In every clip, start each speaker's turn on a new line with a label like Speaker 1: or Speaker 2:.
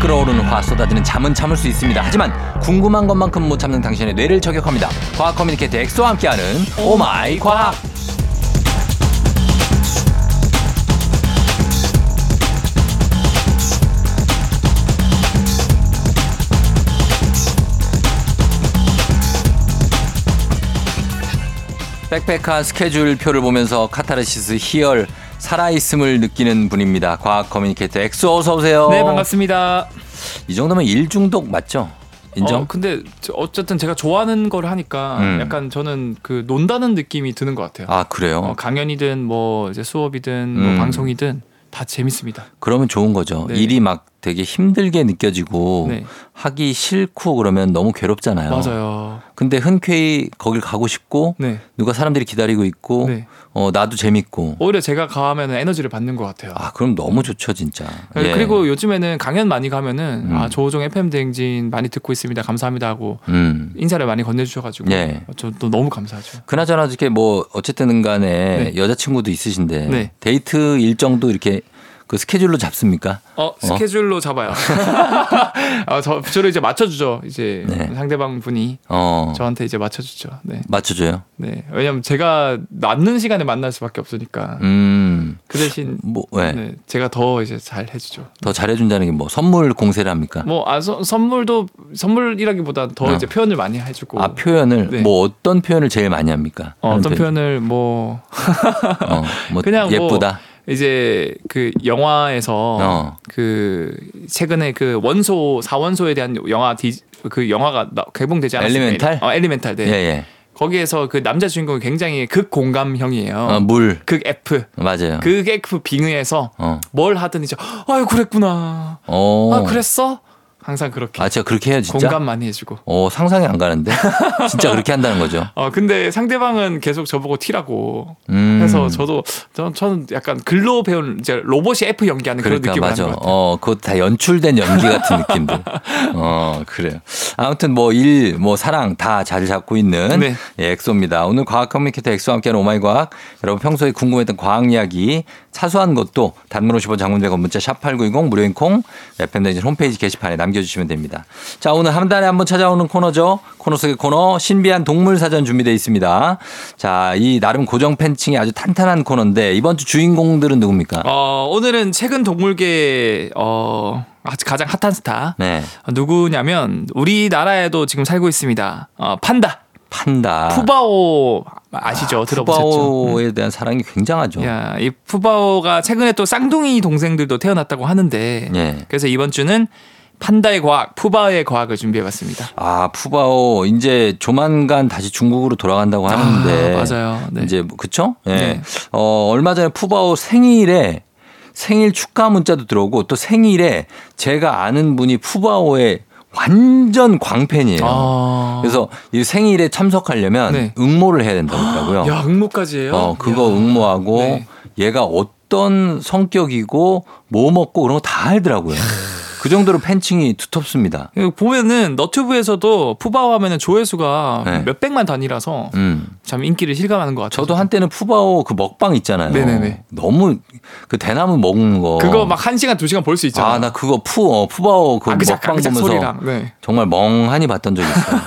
Speaker 1: 끓어오르는 화 쏟아지는 잠은 참을 수 있습니다. 하지만 궁금한 것만큼 못 참는 당신의 뇌를 저격합니다. 과학 커뮤니케이터 엑소와 함께하는 오마이 과학. 빽빽한 스케줄표를 보면서 카타르시스 희열 살아있음을 느끼는 분입니다. 과학 커뮤니케이터 엑소 어서 오세요.
Speaker 2: 네 반갑습니다.
Speaker 1: 이 정도면 일 중독 맞죠? 인정?
Speaker 2: 어, 근데 저- 어쨌든 제가 좋아하는 걸 하니까
Speaker 1: 음.
Speaker 2: 약간 저는 그 논다는 느낌이 드는 것 같아요.
Speaker 1: 아 그래요?
Speaker 2: 어, 강연이든 뭐 이제 수업이든 뭐
Speaker 1: 음.
Speaker 2: 방송이든 다 재밌습니다.
Speaker 1: 그러면 좋은 거죠.
Speaker 2: 네.
Speaker 1: 일이 막 되게 힘들게 느껴지고
Speaker 2: 네
Speaker 1: 하기 싫고 그러면 너무 괴롭잖아요.
Speaker 2: 맞아요.
Speaker 1: 근데 흔쾌히 거길 가고 싶고
Speaker 2: 네,
Speaker 1: 누가 사람들이 기다리고 있고
Speaker 2: 네.
Speaker 1: 어, 나도 재밌고
Speaker 2: 오히려 제가 가면 에너지를 받는 것 같아요.
Speaker 1: 아 그럼 너무 좋죠 진짜. 예.
Speaker 2: 네, 그리고 요즘에는 강연 많이 가면은
Speaker 1: 음.
Speaker 2: 아 조종 FM 대행진 많이 듣고 있습니다 감사합니다 하고
Speaker 1: 음.
Speaker 2: 인사를 많이 건네주셔가지고 어,
Speaker 1: 예.
Speaker 2: 저 또 너무 감사하죠.
Speaker 1: 그나저나 이렇게 뭐 어쨌든 간에 여자친구도 있으신데
Speaker 2: 네.
Speaker 1: 데이트 일정도 이렇게 그 스케줄로 잡습니까?
Speaker 2: 어 스케줄로 잡아요. 어, 저 주로 이제 맞춰주죠. 이제
Speaker 1: 네.
Speaker 2: 상대방 분이
Speaker 1: 어
Speaker 2: 저한테 이제 맞춰주죠. 네,
Speaker 1: 맞춰줘요.
Speaker 2: 네. 왜냐면 제가 남는 시간에 만날 수밖에 없으니까
Speaker 1: 음.
Speaker 2: 그 대신
Speaker 1: 뭐, 예.
Speaker 2: 네, 제가 더 이제 잘 해주죠.
Speaker 1: 더 잘해준다는 게 뭐 선물 공세를 합니까?
Speaker 2: 뭐 아, 서- 선물도 선물이라기보다 더
Speaker 1: 어.
Speaker 2: 이제 표현을 많이 해주고
Speaker 1: 아 표현을
Speaker 2: 네.
Speaker 1: 뭐 어떤 표현을 제일 많이 합니까?
Speaker 2: 어, 어떤
Speaker 1: 하는 편-
Speaker 2: 표현을 뭐
Speaker 1: 어, 뭐
Speaker 2: 그냥 뭐-
Speaker 1: 예쁘다.
Speaker 2: 이제 그 영화에서
Speaker 1: 어.
Speaker 2: 그 최근에 그 원소 사원소에 대한 영화 디, 그 영화가 나- 개봉되지 않았습니까?
Speaker 1: 엘리멘탈?
Speaker 2: 어, 엘리멘탈. 네.
Speaker 1: 예 예.
Speaker 2: 거기에서 그 남자 주인공이 굉장히 극 공감형이에요.
Speaker 1: 어, 물
Speaker 2: 극 F.
Speaker 1: 맞아요.
Speaker 2: 극 F 빙의해서
Speaker 1: 어.
Speaker 2: 뭘 하든 이제 아유 그랬구나.
Speaker 1: 어.
Speaker 2: 아 그랬어? 항상 그렇게
Speaker 1: 아, 진짜 그렇게 해요 진짜.
Speaker 2: 공감 많이 해주고.
Speaker 1: 어 상상이 안 가는데 진짜 그렇게 한다는 거죠.
Speaker 2: 어 근데 상대방은 계속 저보고 티라고
Speaker 1: 음.
Speaker 2: 해서 저도 전, 저는 약간 글로 배운 이제 로봇이 F 연기하는 그런
Speaker 1: 그러니까
Speaker 2: 느낌을
Speaker 1: 맞아.
Speaker 2: 하는 것 같아요.
Speaker 1: 어, 그거 다 연출된 연기 같은 느낌들. 어, 그래요. 아무튼 뭐 일 뭐 사랑 다 잘 잡고 있는
Speaker 2: 네.
Speaker 1: 예, 엑소입니다. 오늘 과학 커뮤니케이터 엑소와 함께하는 오마이 과학. 여러분 평소에 궁금했던 과학 이야기 사소한 것도 단문 50원 장문대건 문자 샵8910 무료인 콩 FM대진 홈페이지 게시판에 남겨주시면 됩니다. 자 오늘 한 달에 한 번 찾아오는 코너죠. 코너 속의 코너 신비한 동물 사전 준비되어 있습니다. 자 이 나름 고정 팬층이 아주 탄탄한 코너인데 이번 주 주인공들은 누굽니까?
Speaker 2: 어 오늘은 최근 동물계 어 아직 가장 핫한 스타
Speaker 1: 네.
Speaker 2: 어, 누구냐면 우리나라에도 지금 살고 있습니다. 어 판다.
Speaker 1: 판다.
Speaker 2: 푸바오 아시죠? 들어보셨죠?
Speaker 1: 아. 푸바오에 대한 사랑이 굉장하죠.
Speaker 2: 야, 이 푸바오가 최근에 또 쌍둥이 동생들도 태어났다고 하는데
Speaker 1: 예.
Speaker 2: 네. 그래서 이번 주는 판다의 과학, 푸바오의 과학을 준비해봤습니다.
Speaker 1: 아 푸바오 이제 조만간 다시 중국으로 돌아간다고 하는데
Speaker 2: 아, 맞아요. 네.
Speaker 1: 이제 뭐- 그쵸? 예.
Speaker 2: 네.
Speaker 1: 어 얼마 전에 푸바오 생일에 생일 축하 문자도 들어오고 또 생일에 제가 아는 분이 푸바오의 완전 광팬이에요.
Speaker 2: 아.
Speaker 1: 그래서 이 생일에 참석하려면
Speaker 2: 네.
Speaker 1: 응모를 해야 된다고 하더라고요.
Speaker 2: 야 응모까지 해요?
Speaker 1: 어, 그거
Speaker 2: 야.
Speaker 1: 응모하고
Speaker 2: 네.
Speaker 1: 얘가 어떤 성격이고 뭐 먹고 그런 거 다
Speaker 2: 네.
Speaker 1: 알더라고요. 그 정도로 팬층이 두텁습니다.
Speaker 2: 이거 보면은 너튜브에서도 푸바오 하면은 조회수가
Speaker 1: 네.
Speaker 2: 몇 백만 단위라서
Speaker 1: 음.
Speaker 2: 참 인기를 실감하는 것 같아요.
Speaker 1: 저도 한때는 푸바오 그 먹방 있잖아요.
Speaker 2: 네네네.
Speaker 1: 너무 그 대나무 먹는 거.
Speaker 2: 어. 그거 막 한 시간 두 시간 볼 수 있잖아.
Speaker 1: 어. 아, 나 그거 푸, 어, 푸바오 그
Speaker 2: 아그작
Speaker 1: 먹방
Speaker 2: 아그작
Speaker 1: 보면서
Speaker 2: 소리랑. 네.
Speaker 1: 정말 멍하니 봤던 적이 있어요.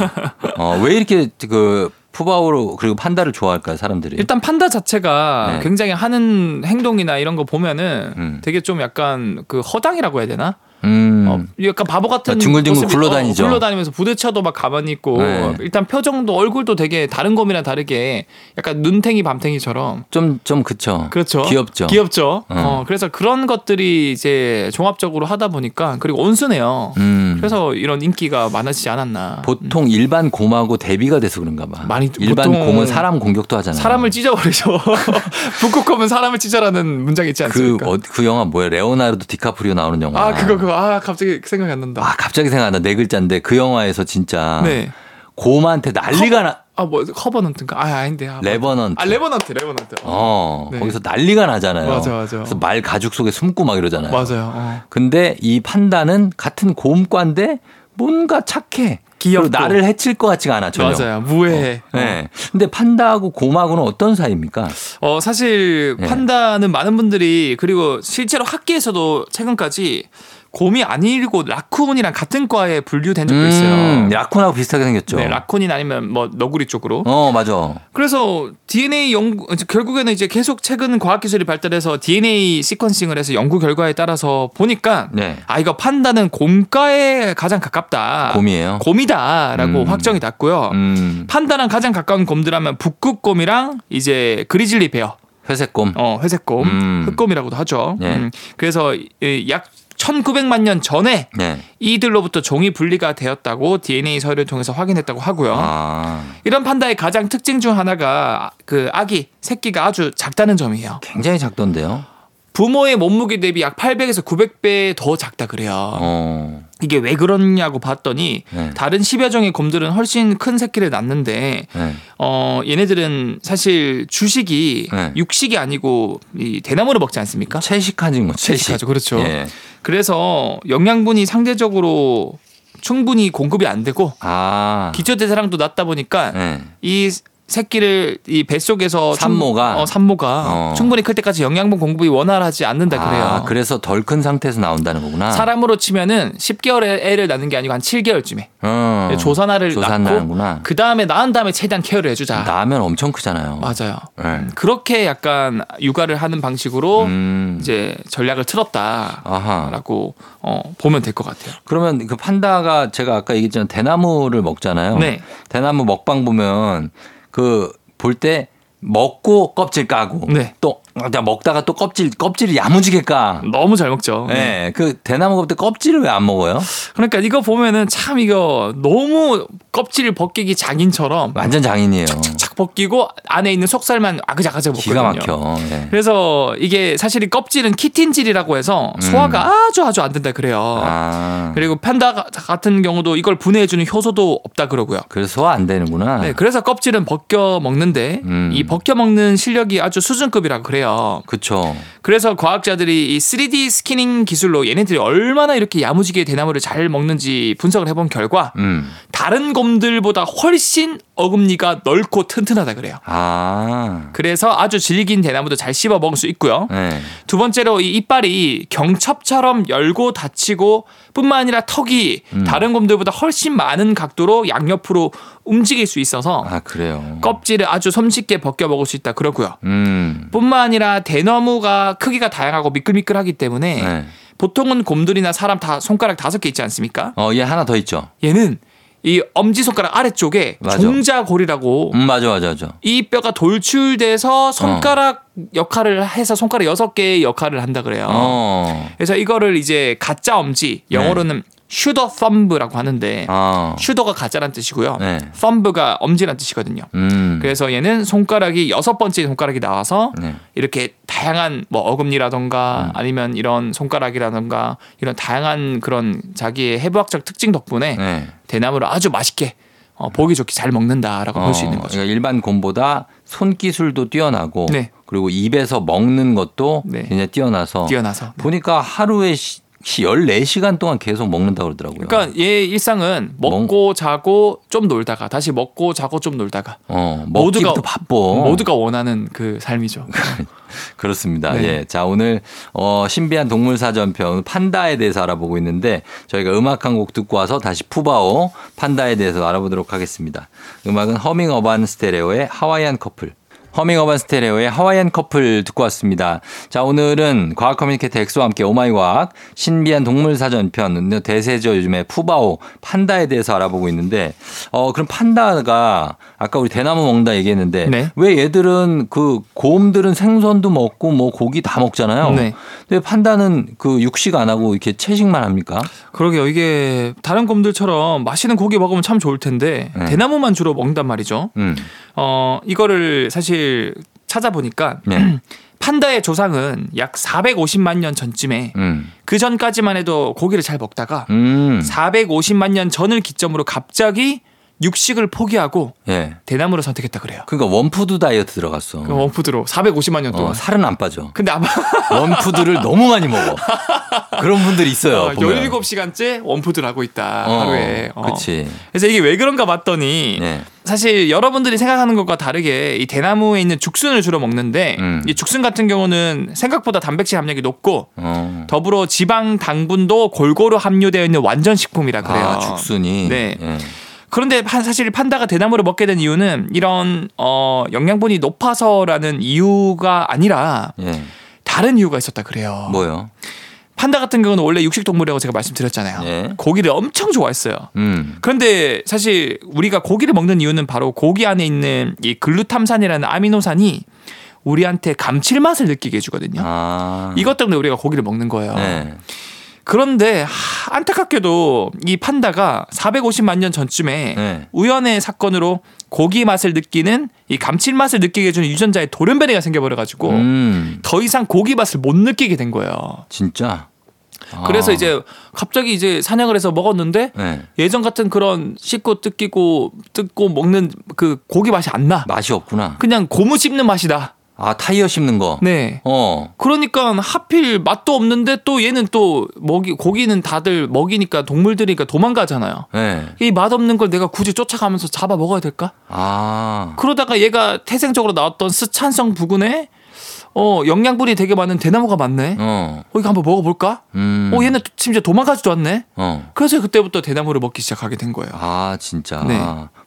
Speaker 1: 어, 왜 이렇게 그 푸바오로 그리고 판다를 좋아할까요, 사람들이?
Speaker 2: 일단 판다 자체가
Speaker 1: 네.
Speaker 2: 굉장히 하는 행동이나 이런 거 보면은
Speaker 1: 음.
Speaker 2: 되게 좀 약간 그 허당이라고 해야 되나?
Speaker 1: 음.
Speaker 2: 어, 약간 바보 같은
Speaker 1: 둥글둥글
Speaker 2: 모습이-
Speaker 1: 굴러다니죠.
Speaker 2: 어, 굴러다니면서 부대쳐도 막 가만히 있고
Speaker 1: 네.
Speaker 2: 일단 표정도 얼굴도 되게 다른 곰이랑 다르게 약간 눈탱이 밤탱이처럼
Speaker 1: 좀, 좀 그쵸.
Speaker 2: 그렇죠.
Speaker 1: 귀엽죠.
Speaker 2: 귀엽죠.
Speaker 1: 어.
Speaker 2: 어, 그래서 그런 것들이 이제 종합적으로 하다 보니까 그리고 온순해요.
Speaker 1: 음.
Speaker 2: 그래서 이런 인기가 많아지지 않았나.
Speaker 1: 보통 일반 곰하고 대비가 돼서 그런가 봐.
Speaker 2: 많이-
Speaker 1: 일반
Speaker 2: 보통
Speaker 1: 곰은 사람 공격도 하잖아.
Speaker 2: 사람을 찢어버리죠. 북극곰은 사람을 찢어라는 문장이 있지
Speaker 1: 그,
Speaker 2: 않습니까?
Speaker 1: 어, 그 영화 뭐야? 레오나르도 디카프리오 나오는 영화.
Speaker 2: 아 그거 그거 아 갑자기 생각이 안 난다.
Speaker 1: 아, 갑자기 생각난다. 네 글자인데 그 영화에서 진짜
Speaker 2: 네.
Speaker 1: 곰한테 난리가 나.
Speaker 2: 아 뭐 커버넌트인가? 아 아닌데. 아,
Speaker 1: 레버넌트.
Speaker 2: 아 레버넌트 레버넌트. 어,
Speaker 1: 어,
Speaker 2: 네.
Speaker 1: 거기서 난리가 나잖아요.
Speaker 2: 맞아, 맞아.
Speaker 1: 그래서 말 가죽 속에 숨고 막 이러잖아요.
Speaker 2: 맞아요. 어.
Speaker 1: 근데 이 판다는 같은 곰과인데 뭔가 착해.
Speaker 2: 귀엽고.
Speaker 1: 그리고 나를 해칠 것 같지가 않아 전혀.
Speaker 2: 맞아요. 무해. 어.
Speaker 1: 네. 근데 판다하고 곰하고는 어떤 사이입니까?
Speaker 2: 어 사실
Speaker 1: 예.
Speaker 2: 판다는 많은 분들이 그리고 실제로 학계에서도 최근까지 곰이 아니고 라쿤이랑 같은 과에 분류된 적도 있어요.
Speaker 1: 음, 라쿤하고 비슷하게 생겼죠.
Speaker 2: 네, 라쿤이 아니면 뭐 너구리 쪽으로.
Speaker 1: 어, 맞아.
Speaker 2: 그래서 DNA 연구 이제 결국에는 이제 계속 최근 과학 기술이 발달해서 DNA 시퀀싱을 해서 연구 결과에 따라서 보니까
Speaker 1: 네.
Speaker 2: 아 이거 판다는 곰과에 가장 가깝다.
Speaker 1: 곰이에요.
Speaker 2: 아, 곰이다라고
Speaker 1: 음.
Speaker 2: 확정이 났고요.
Speaker 1: 음,
Speaker 2: 판다랑 가장 가까운 곰들하면 북극곰이랑 이제 그리즐리 베어,
Speaker 1: 회색 곰.
Speaker 2: 어 회색곰,
Speaker 1: 음.
Speaker 2: 흑곰이라고도 하죠.
Speaker 1: 네.
Speaker 2: 음, 그래서 이- 약 1,900만 년 전에
Speaker 1: 네.
Speaker 2: 이들로부터 종이 분리가 되었다고 DNA 서류를 통해서 확인했다고 하고요.
Speaker 1: 아,
Speaker 2: 이런 판다의 가장 특징 중 하나가 그 아기 새끼가 아주 작다는 점이에요.
Speaker 1: 굉장히 작던데요.
Speaker 2: 부모의 몸무게 대비 약 800에서 900배 더 작다 그래요.
Speaker 1: 어,
Speaker 2: 이게 왜 그러냐고 봤더니
Speaker 1: 네.
Speaker 2: 다른 10여 종의 곰들은 훨씬 큰 새끼를 낳는데
Speaker 1: 네.
Speaker 2: 어 얘네들은 사실 주식이
Speaker 1: 네.
Speaker 2: 육식이 아니고 이 대나무를 먹지 않습니까?
Speaker 1: 뭐, 채식하는 거. 채식.
Speaker 2: 채식하죠. 그렇죠.
Speaker 1: 예.
Speaker 2: 그래서 영양분이 상대적으로 충분히 공급이 안 되고
Speaker 1: 아,
Speaker 2: 기초대사량도 낮다 보니까
Speaker 1: 네.
Speaker 2: 이 새끼를 이 뱃속에서 충-
Speaker 1: 산모가?
Speaker 2: 어, 산모가
Speaker 1: 어.
Speaker 2: 충분히 클 때까지 영양분 공급이 원활하지 않는다 그래요.
Speaker 1: 아, 그래서 덜 큰 상태에서 나온다는 거구나.
Speaker 2: 사람으로 치면은 10개월에 애를 낳는 게 아니고 한 7개월쯤에
Speaker 1: 어,
Speaker 2: 네, 조산아를 낳고
Speaker 1: 조산나는구나.
Speaker 2: 그 다음에 낳은 다음에 최대한 케어를 해주자.
Speaker 1: 나면 엄청 크잖아요.
Speaker 2: 맞아요.
Speaker 1: 네.
Speaker 2: 그렇게 약간 육아를 하는 방식으로
Speaker 1: 음.
Speaker 2: 어, 이제 전략을 틀었다라고
Speaker 1: 아하.
Speaker 2: 어, 보면 될 것 같아요.
Speaker 1: 그러면 그 판다가 제가 아까 얘기했지만 대나무를 먹잖아요.
Speaker 2: 네.
Speaker 1: 대나무 먹방 보면 그 볼 때 먹고 껍질 까고
Speaker 2: 네.
Speaker 1: 또 그냥 먹다가 또 껍질 껍질을 야무지게 까.
Speaker 2: 너무 잘 먹죠. 네.
Speaker 1: 예. 그 대나무 껍데 껍질을 왜 안 먹어요?
Speaker 2: 그러니까 이거 보면은 참 이거 너무 껍질을 벗기기 장인처럼
Speaker 1: 완전 장인이에요.
Speaker 2: 착 벗기고 안에 있는 속살만 아그작아작 먹거든요.
Speaker 1: 기가 막혀. 예.
Speaker 2: 그래서 이게 사실 이 껍질은 키틴질이라고 해서 소화가 아주 아주 안 된다 그래요.
Speaker 1: 음. 아.
Speaker 2: 그리고 판다 가- 같은 경우도 이걸 분해해주는 효소도 없다 그러고요.
Speaker 1: 그래서 소화 안 되는구나.
Speaker 2: 네, 그래서 껍질은 벗겨 먹는데
Speaker 1: 아. 음.
Speaker 2: 이 벗겨 먹는 실력이 아주 수준급이라고 그래요.
Speaker 1: 그쵸.
Speaker 2: 그래서 과학자들이 이 3D 스키닝 기술로 얘네들이 얼마나 이렇게 야무지게 대나무를 잘 먹는지 분석을 해본 결과
Speaker 1: 음.
Speaker 2: 다른 곰들보다 훨씬 어금니가 넓고 튼튼하다 그래요.
Speaker 1: 아.
Speaker 2: 그래서 아주 질긴 대나무도 잘 씹어 먹을 수 있고요.
Speaker 1: 네.
Speaker 2: 두 번째로 이 이빨이 경첩처럼 열고 닫히고 뿐만 아니라 턱이
Speaker 1: 음.
Speaker 2: 다른 곰들보다 훨씬 많은 각도로 양옆으로 움직일 수 있어서
Speaker 1: 아, 그래요.
Speaker 2: 껍질을 아주 손쉽게 벗겨 먹을 수 있다 그러고요.
Speaker 1: 음.
Speaker 2: 뿐만 아니라 대나무가 크기가 다양하고 미끌미끌하기 때문에
Speaker 1: 네.
Speaker 2: 보통은 곰들이나 사람 다 손가락 다섯 개 있지 않습니까?
Speaker 1: 어, 얘 하나 더 있죠.
Speaker 2: 얘는 이 엄지손가락 아래쪽에
Speaker 1: 맞아.
Speaker 2: 종자골이라고
Speaker 1: 음, 어. 맞아, 맞아, 맞아.
Speaker 2: 이 뼈가 돌출돼서 손가락 역할을 해서 손가락 여섯 개의 역할을 한다 그래요.
Speaker 1: 어.
Speaker 2: 그래서 이거를 이제 가짜 엄지 영어로는
Speaker 1: 네.
Speaker 2: 슈더 썸브라고 하는데
Speaker 1: 아.
Speaker 2: 슈더가 가짜란 뜻이고요.
Speaker 1: 네.
Speaker 2: 썸브가 엄지란 뜻이거든요.
Speaker 1: 음.
Speaker 2: 그래서 얘는 손가락이 여섯 번째 손가락이 나와서
Speaker 1: 네.
Speaker 2: 이렇게 다양한 뭐 어금니라던가
Speaker 1: 음.
Speaker 2: 아니면 이런 손가락이라던가 이런 다양한 그런 자기의 해부학적 특징 덕분에
Speaker 1: 네.
Speaker 2: 대나무를 아주 맛있게 어, 보기 좋게 잘 먹는다라고 볼 수 있는
Speaker 1: 어,
Speaker 2: 거죠.
Speaker 1: 그러니까 일반 곰보다 손기술도 뛰어나고
Speaker 2: 네.
Speaker 1: 그리고 입에서 먹는 것도
Speaker 2: 네.
Speaker 1: 굉장히 뛰어나서
Speaker 2: 뛰어나서.
Speaker 1: 보니까 하루에 시, 14시간 동안 계속 먹는다고 그러더라고요.
Speaker 2: 그러니까 얘 일상은 먹고 자고 좀 놀다가 다시 먹고 자고 좀 놀다가
Speaker 1: 어,
Speaker 2: 모두가-
Speaker 1: 먹기부터 바빠.
Speaker 2: 모두가 원하는 그 삶이죠.
Speaker 1: 그렇습니다.
Speaker 2: 네.
Speaker 1: 예. 자, 오늘 어, 신비한 동물 사전편 판다에 대해서 알아보고 있는데 저희가 음악 한 곡 듣고 와서 다시 푸바오 판다에 대해서 알아보도록 하겠습니다. 음악은 허밍 어반 스테레오의 하와이안 커플. 허밍 어반 스테레오의 하와이안 커플 듣고 왔습니다. 자, 오늘은 과학 커뮤니케이터 엑소와 함께 오마이 과학, 신비한 동물 사전편, 네, 대세죠. 요즘에 푸바오, 판다에 대해서 알아보고 있는데, 어, 그럼 판다가 아까 우리 대나무 먹는다 얘기했는데,
Speaker 2: 네.
Speaker 1: 왜 얘들은 그 곰들은 생선도 먹고 뭐 고기 다 먹잖아요.
Speaker 2: 네.
Speaker 1: 근데 판다는 그 육식 안 하고 이렇게 채식만 합니까?
Speaker 2: 그러게요. 이게 다른 곰들처럼 맛있는 고기 먹으면 참 좋을 텐데
Speaker 1: 네.
Speaker 2: 대나무만 주로 먹는단 말이죠.
Speaker 1: 음.
Speaker 2: 어 이거를 사실 찾아보니까
Speaker 1: 네.
Speaker 2: 판다의 조상은 약 450만 년 전쯤에
Speaker 1: 음.
Speaker 2: 그 전까지만 해도 고기를 잘 먹다가
Speaker 1: 음.
Speaker 2: 450만 년 전을 기점으로 갑자기 육식을 포기하고
Speaker 1: 예.
Speaker 2: 대나무를 선택했다 그래요.
Speaker 1: 그러니까 원푸드 다이어트 들어갔어.
Speaker 2: 그 원푸드로 450만 년 동안.
Speaker 1: 음. 어, 살은 안 빠져.
Speaker 2: 근데 아마
Speaker 1: 원푸드를 너무 많이 먹어. 그런 분들이 있어요.
Speaker 2: 어,
Speaker 1: 보면.
Speaker 2: 17시간째 원푸드를 하고 있다
Speaker 1: 어,
Speaker 2: 하루에. 어.
Speaker 1: 그치.
Speaker 2: 그래서 이게 왜 그런가 봤더니
Speaker 1: 네.
Speaker 2: 사실 여러분들이 생각하는 것과 다르게 이 대나무에 있는 죽순을 주로 먹는데
Speaker 1: 음.
Speaker 2: 이 죽순 같은 경우는 생각보다 단백질 함량이 높고
Speaker 1: 어.
Speaker 2: 더불어 지방 당분도 골고루 함유되어 있는 완전 식품이라 그래요.
Speaker 1: 아, 죽순이.
Speaker 2: 네.
Speaker 1: 예.
Speaker 2: 그런데 판- 사실 판다가 대나무를 먹게 된 이유는 이런 어 영양분이 높아서라는 이유가 아니라
Speaker 1: 예.
Speaker 2: 다른 이유가 있었다 그래요.
Speaker 1: 뭐요?
Speaker 2: 판다 같은 경우는 원래 육식 동물이라고 제가 말씀드렸잖아요.
Speaker 1: 예.
Speaker 2: 고기를 엄청 좋아했어요.
Speaker 1: 음.
Speaker 2: 그런데 사실 우리가 고기를 먹는 이유는 바로 고기 안에 있는 이 글루탐산이라는 아미노산이 우리한테 감칠맛을 느끼게 해주거든요.
Speaker 1: 아.
Speaker 2: 이것 때문에 우리가 고기를 먹는 거예요.
Speaker 1: 네.
Speaker 2: 그런데 하, 안타깝게도 이 판다가 450만 년 전쯤에
Speaker 1: 네.
Speaker 2: 우연의 사건으로 고기 맛을 느끼는 이 감칠맛을 느끼게 해주는 유전자의 돌연변이가 생겨버려가지고
Speaker 1: 음.
Speaker 2: 더 이상 고기 맛을 못 느끼게 된 거예요.
Speaker 1: 진짜. 아.
Speaker 2: 그래서 이제 갑자기 이제 사냥을 해서 먹었는데
Speaker 1: 네.
Speaker 2: 예전 같은 그런 씻고 뜯기고 뜯고 먹는 그 고기 맛이 안 나.
Speaker 1: 맛이 없구나.
Speaker 2: 그냥 고무 씹는 맛이다.
Speaker 1: 아, 타이어 씹는 거.
Speaker 2: 네.
Speaker 1: 어.
Speaker 2: 그러니까 하필 맛도 없는데 또 얘는 또 먹이 고기는 다들 먹이니까 동물들이니까 도망가잖아요.
Speaker 1: 네.
Speaker 2: 이 맛없는 걸 내가 굳이 쫓아가면서 잡아 먹어야 될까?
Speaker 1: 아.
Speaker 2: 그러다가 얘가 태생적으로 나왔던 스찬성 부근에 어 영양분이 되게 많은 대나무가 많네.
Speaker 1: 어.
Speaker 2: 어 이거 한번 먹어볼까?
Speaker 1: 음.
Speaker 2: 어 얘는 또 심지어 도망가지도 않네.
Speaker 1: 어.
Speaker 2: 그래서 그때부터 대나무를 먹기 시작하게 된 거예요.
Speaker 1: 아, 진짜.
Speaker 2: 네.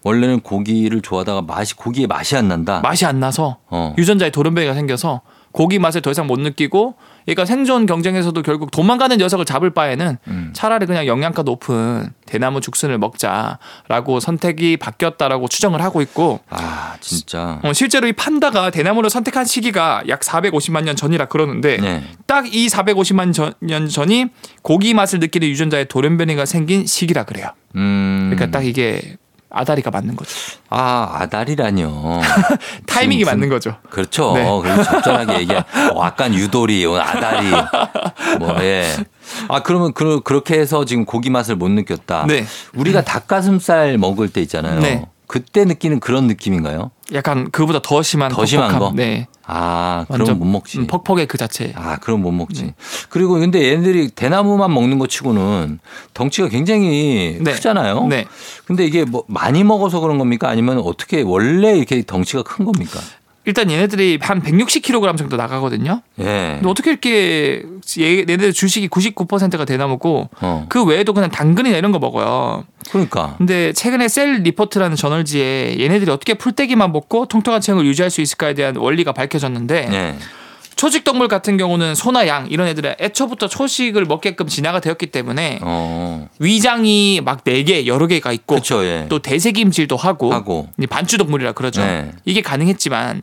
Speaker 1: 원래는 고기를 좋아하다가 맛이 고기에 맛이 안 난다.
Speaker 2: 맛이 안 나서
Speaker 1: 아. 어.
Speaker 2: 유전자의 돌연변이가 생겨서 고기 맛을 더 이상 못 느끼고 얘가 생존 경쟁에서도 결국 도망가는 녀석을 잡을 바에는
Speaker 1: 음.
Speaker 2: 차라리 그냥 영양가 높은 대나무 죽순을 먹자라고 선택이 바뀌었다라고 추정을 하고 있고
Speaker 1: 아, 진짜.
Speaker 2: 어, 실제로 이 판다가 대나무를 선택한 시기가 약 450만 년 전이라 그러는데
Speaker 1: 네.
Speaker 2: 딱 이 450만 전- 년 전이 고기 맛을 느끼는 유전자의 돌연변이가 생긴 시기라 그래요.
Speaker 1: 음.
Speaker 2: 그러니까 딱 이게 아다리가 맞는 거죠.
Speaker 1: 아, 아다리라뇨.
Speaker 2: 타이밍이
Speaker 1: 무슨-
Speaker 2: 맞는 거죠.
Speaker 1: 그렇죠.
Speaker 2: 네.
Speaker 1: 그래서 적절하게 얘기해. 어, 약간 유돌이, 어, 아다리. 뭐, 예. 아, 그러면 그, 그렇게 해서 지금 고기 맛을 못 느꼈다.
Speaker 2: 네.
Speaker 1: 우리가 닭가슴살 먹을 때 있잖아요.
Speaker 2: 네.
Speaker 1: 그때 느끼는 그런 느낌인가요?
Speaker 2: 약간 그보다 더 심한
Speaker 1: 더 심한
Speaker 2: 퍽퍽함.
Speaker 1: 거?
Speaker 2: 네.
Speaker 1: 아, 그럼
Speaker 2: 완전
Speaker 1: 못 먹지.
Speaker 2: 음, 퍽퍽의 네. 그 자체.
Speaker 1: 아, 그럼 못 먹지. 그리고 근데 얘네들이 대나무만 먹는 것 치고는 덩치가 굉장히
Speaker 2: 네.
Speaker 1: 크잖아요.
Speaker 2: 네.
Speaker 1: 근데 이게 뭐 많이 먹어서 그런 겁니까? 아니면 어떻게 원래 이렇게 덩치가 큰 겁니까?
Speaker 2: 일단 얘네들이 한 160kg 정도 나가거든요.
Speaker 1: 예.
Speaker 2: 근데 어떻게 이렇게 얘- 얘네들 주식이 99%가 대나무고
Speaker 1: 어.
Speaker 2: 그 외에도 그냥 당근이나 이런 거 먹어요.
Speaker 1: 그러니까.
Speaker 2: 근데 최근에 셀 리포트라는 저널지에 얘네들이 어떻게 풀떼기만 먹고 통통한 체형을 유지할 수 있을까에 대한 원리가 밝혀졌는데
Speaker 1: 예.
Speaker 2: 초식 동물 같은 경우는 소나 양 이런 애들은 애초부터 초식을 먹게끔 진화가 되었기 때문에
Speaker 1: 어.
Speaker 2: 위장이 막 네 개 여러 개가 있고
Speaker 1: 그렇죠. 예.
Speaker 2: 또 대세김질도 하고,
Speaker 1: 하고.
Speaker 2: 이제 반주동물이라 그러죠.
Speaker 1: 네.
Speaker 2: 이게 가능했지만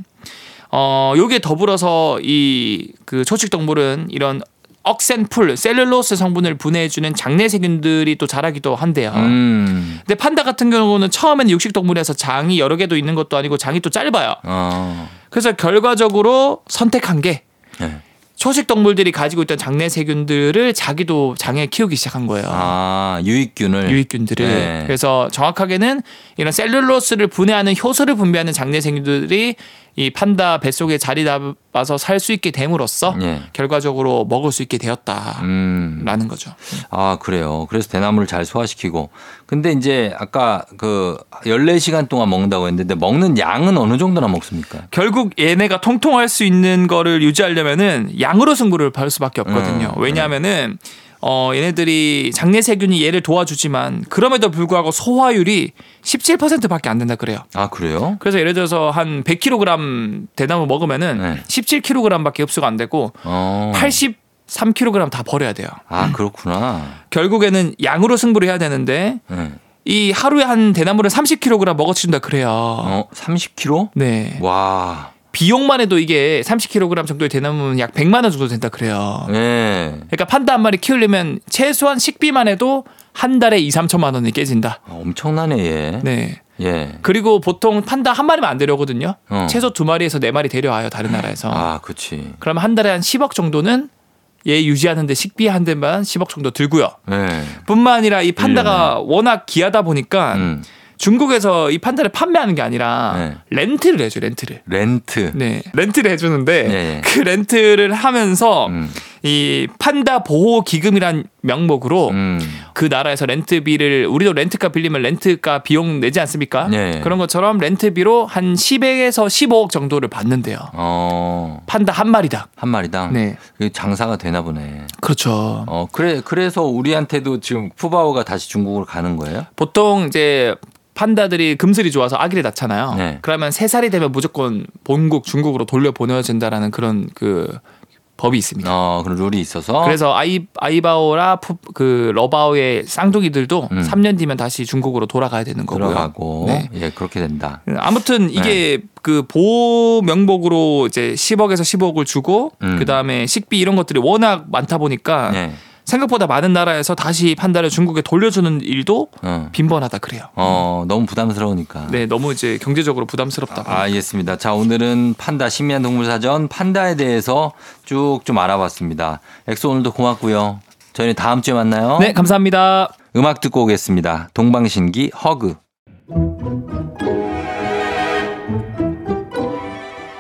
Speaker 2: 어 요게 더불어서 이 그 초식 동물은 이런 억센풀 셀룰로스 성분을 분해해주는 장내세균들이 또 자라기도 한대요.
Speaker 1: 음.
Speaker 2: 근데 판다 같은 경우는 처음에는 육식 동물에서 장이 여러 개도 있는 것도 아니고 장이 또 짧아요.
Speaker 1: 어.
Speaker 2: 그래서 결과적으로 선택한 게
Speaker 1: 예.
Speaker 2: 초식 동물들이 가지고 있던 장내세균들을 자기도 장에 키우기 시작한 거예요.
Speaker 1: 아, 유익균을
Speaker 2: 유익균들을
Speaker 1: 네.
Speaker 2: 그래서 정확하게는 이런 셀룰로스를 분해하는 효소를 분비하는 장내생균들이 이 판다 뱃속에 자리 잡아서 살 수 있게 됨으로써
Speaker 1: 예.
Speaker 2: 결과적으로 먹을 수 있게 되었다라는
Speaker 1: 음.
Speaker 2: 거죠.
Speaker 1: 아, 그래요. 그래서 대나무를 잘 소화시키고. 근데 이제 아까 그 14시간 동안 먹는다고 했는데 먹는 양은 어느 정도나 먹습니까?
Speaker 2: 결국 얘네가 통통할 수 있는 거를 유지하려면은 양으로 승부를 할 수밖에 없거든요.
Speaker 1: 음,
Speaker 2: 왜냐하면은 어 얘네들이 장내 세균이 얘를 도와주지만 그럼에도 불구하고 소화율이 17%밖에 안 된다 그래요.
Speaker 1: 아 그래요?
Speaker 2: 그래서 예를 들어서 한 100kg 대나무 먹으면은
Speaker 1: 네.
Speaker 2: 17kg밖에 흡수가 안 되고
Speaker 1: 어.
Speaker 2: 83kg 다 버려야 돼요.
Speaker 1: 아 그렇구나.
Speaker 2: 결국에는 양으로 승부를 해야 되는데
Speaker 1: 네.
Speaker 2: 이 하루에 한 대나무를 30kg 먹어치운다 그래요.
Speaker 1: 어 30kg?
Speaker 2: 네.
Speaker 1: 와.
Speaker 2: 비용만 해도 이게 30kg 정도의 대나무는 약 100만 원 정도 된다 그래요.
Speaker 1: 네.
Speaker 2: 그러니까 판다 한 마리 키우려면 최소한 식비만 해도 한 달에 2, 3천만 원이 깨진다.
Speaker 1: 아, 엄청나네 얘.
Speaker 2: 네.
Speaker 1: 예.
Speaker 2: 그리고 보통 판다 한 마리만 안 데려오거든요.
Speaker 1: 어.
Speaker 2: 최소 두 마리에서 네 마리 데려와요. 다른 나라에서.
Speaker 1: 아 그렇지.
Speaker 2: 그러면 한 달에 한 10억 정도는 얘 유지하는데 식비 한 대만 10억 정도 들고요.
Speaker 1: 네.
Speaker 2: 뿐만 아니라 이 판다가 워낙 귀하다 보니까
Speaker 1: 음.
Speaker 2: 중국에서 이 판다를 판매하는 게 아니라
Speaker 1: 네.
Speaker 2: 렌트를 해줘요. 렌트를.
Speaker 1: 렌트.
Speaker 2: 네. 렌트를 해주는데
Speaker 1: 예, 예.
Speaker 2: 그 렌트를 하면서
Speaker 1: 음.
Speaker 2: 이 판다 보호 기금이란 명목으로
Speaker 1: 음.
Speaker 2: 그 나라에서 렌트비를 우리도 렌트카 빌리면 렌트가 비용 내지 않습니까?
Speaker 1: 예.
Speaker 2: 그런 것처럼 렌트비로 한 10에서 15억 정도를 받는데요.
Speaker 1: 어.
Speaker 2: 판다 한 마리당.
Speaker 1: 한 마리당.
Speaker 2: 네.
Speaker 1: 그게 장사가 되나 보네.
Speaker 2: 그렇죠.
Speaker 1: 어 그래 그래서 우리한테도 지금 푸바오가 다시 중국으로 가는 거예요?
Speaker 2: 보통 이제 판다들이 금슬이 좋아서 아기를 낳잖아요.
Speaker 1: 네.
Speaker 2: 그러면 세 살이 되면 무조건 본국 중국으로 돌려 보내진다라는 그런 그 법이 있습니다.
Speaker 1: 어 그런 룰이 있어서.
Speaker 2: 네. 그래서 아이 아이바오라 푸- 그 러바오의 쌍둥이들도
Speaker 1: 음.
Speaker 2: 3년 뒤면 다시 중국으로 돌아가야 되는 거고요.
Speaker 1: 들어가고 네.
Speaker 2: 네.
Speaker 1: 예 그렇게 된다.
Speaker 2: 아무튼 이게 그 보호 명목으로 이제 10억에서 15억을 주고
Speaker 1: 음.
Speaker 2: 그다음에 식비 이런 것들이 워낙 많다 보니까
Speaker 1: 네.
Speaker 2: 생각보다 많은 나라에서 다시 판다를 중국에 돌려주는 일도
Speaker 1: 어.
Speaker 2: 빈번하다 그래요.
Speaker 1: 어 너무 부담스러우니까.
Speaker 2: 네, 너무 이제 경제적으로 부담스럽다.
Speaker 1: 아, 알겠습니다. 자, 오늘은 판다 신비한 동물 사전 판다에 대해서 쭉 좀 알아봤습니다. 엑소 오늘도 고맙고요. 저희는 다음 주에 만나요.
Speaker 2: 네, 감사합니다.
Speaker 1: 음악 듣고 오겠습니다. 동방신기 허그.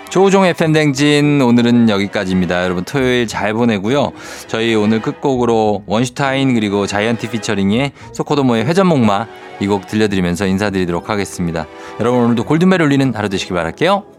Speaker 1: 조우종 FM 댕진 오늘은 여기까지입니다. 여러분 토요일 잘 보내고요. 저희 오늘 끝곡으로 원슈타인 그리고 자이언티 피처링의 소코도모의 회전목마 이 곡 들려드리면서 인사드리도록 하겠습니다. 여러분 오늘도 골든벨 울리는 하루 되시길 바랄게요.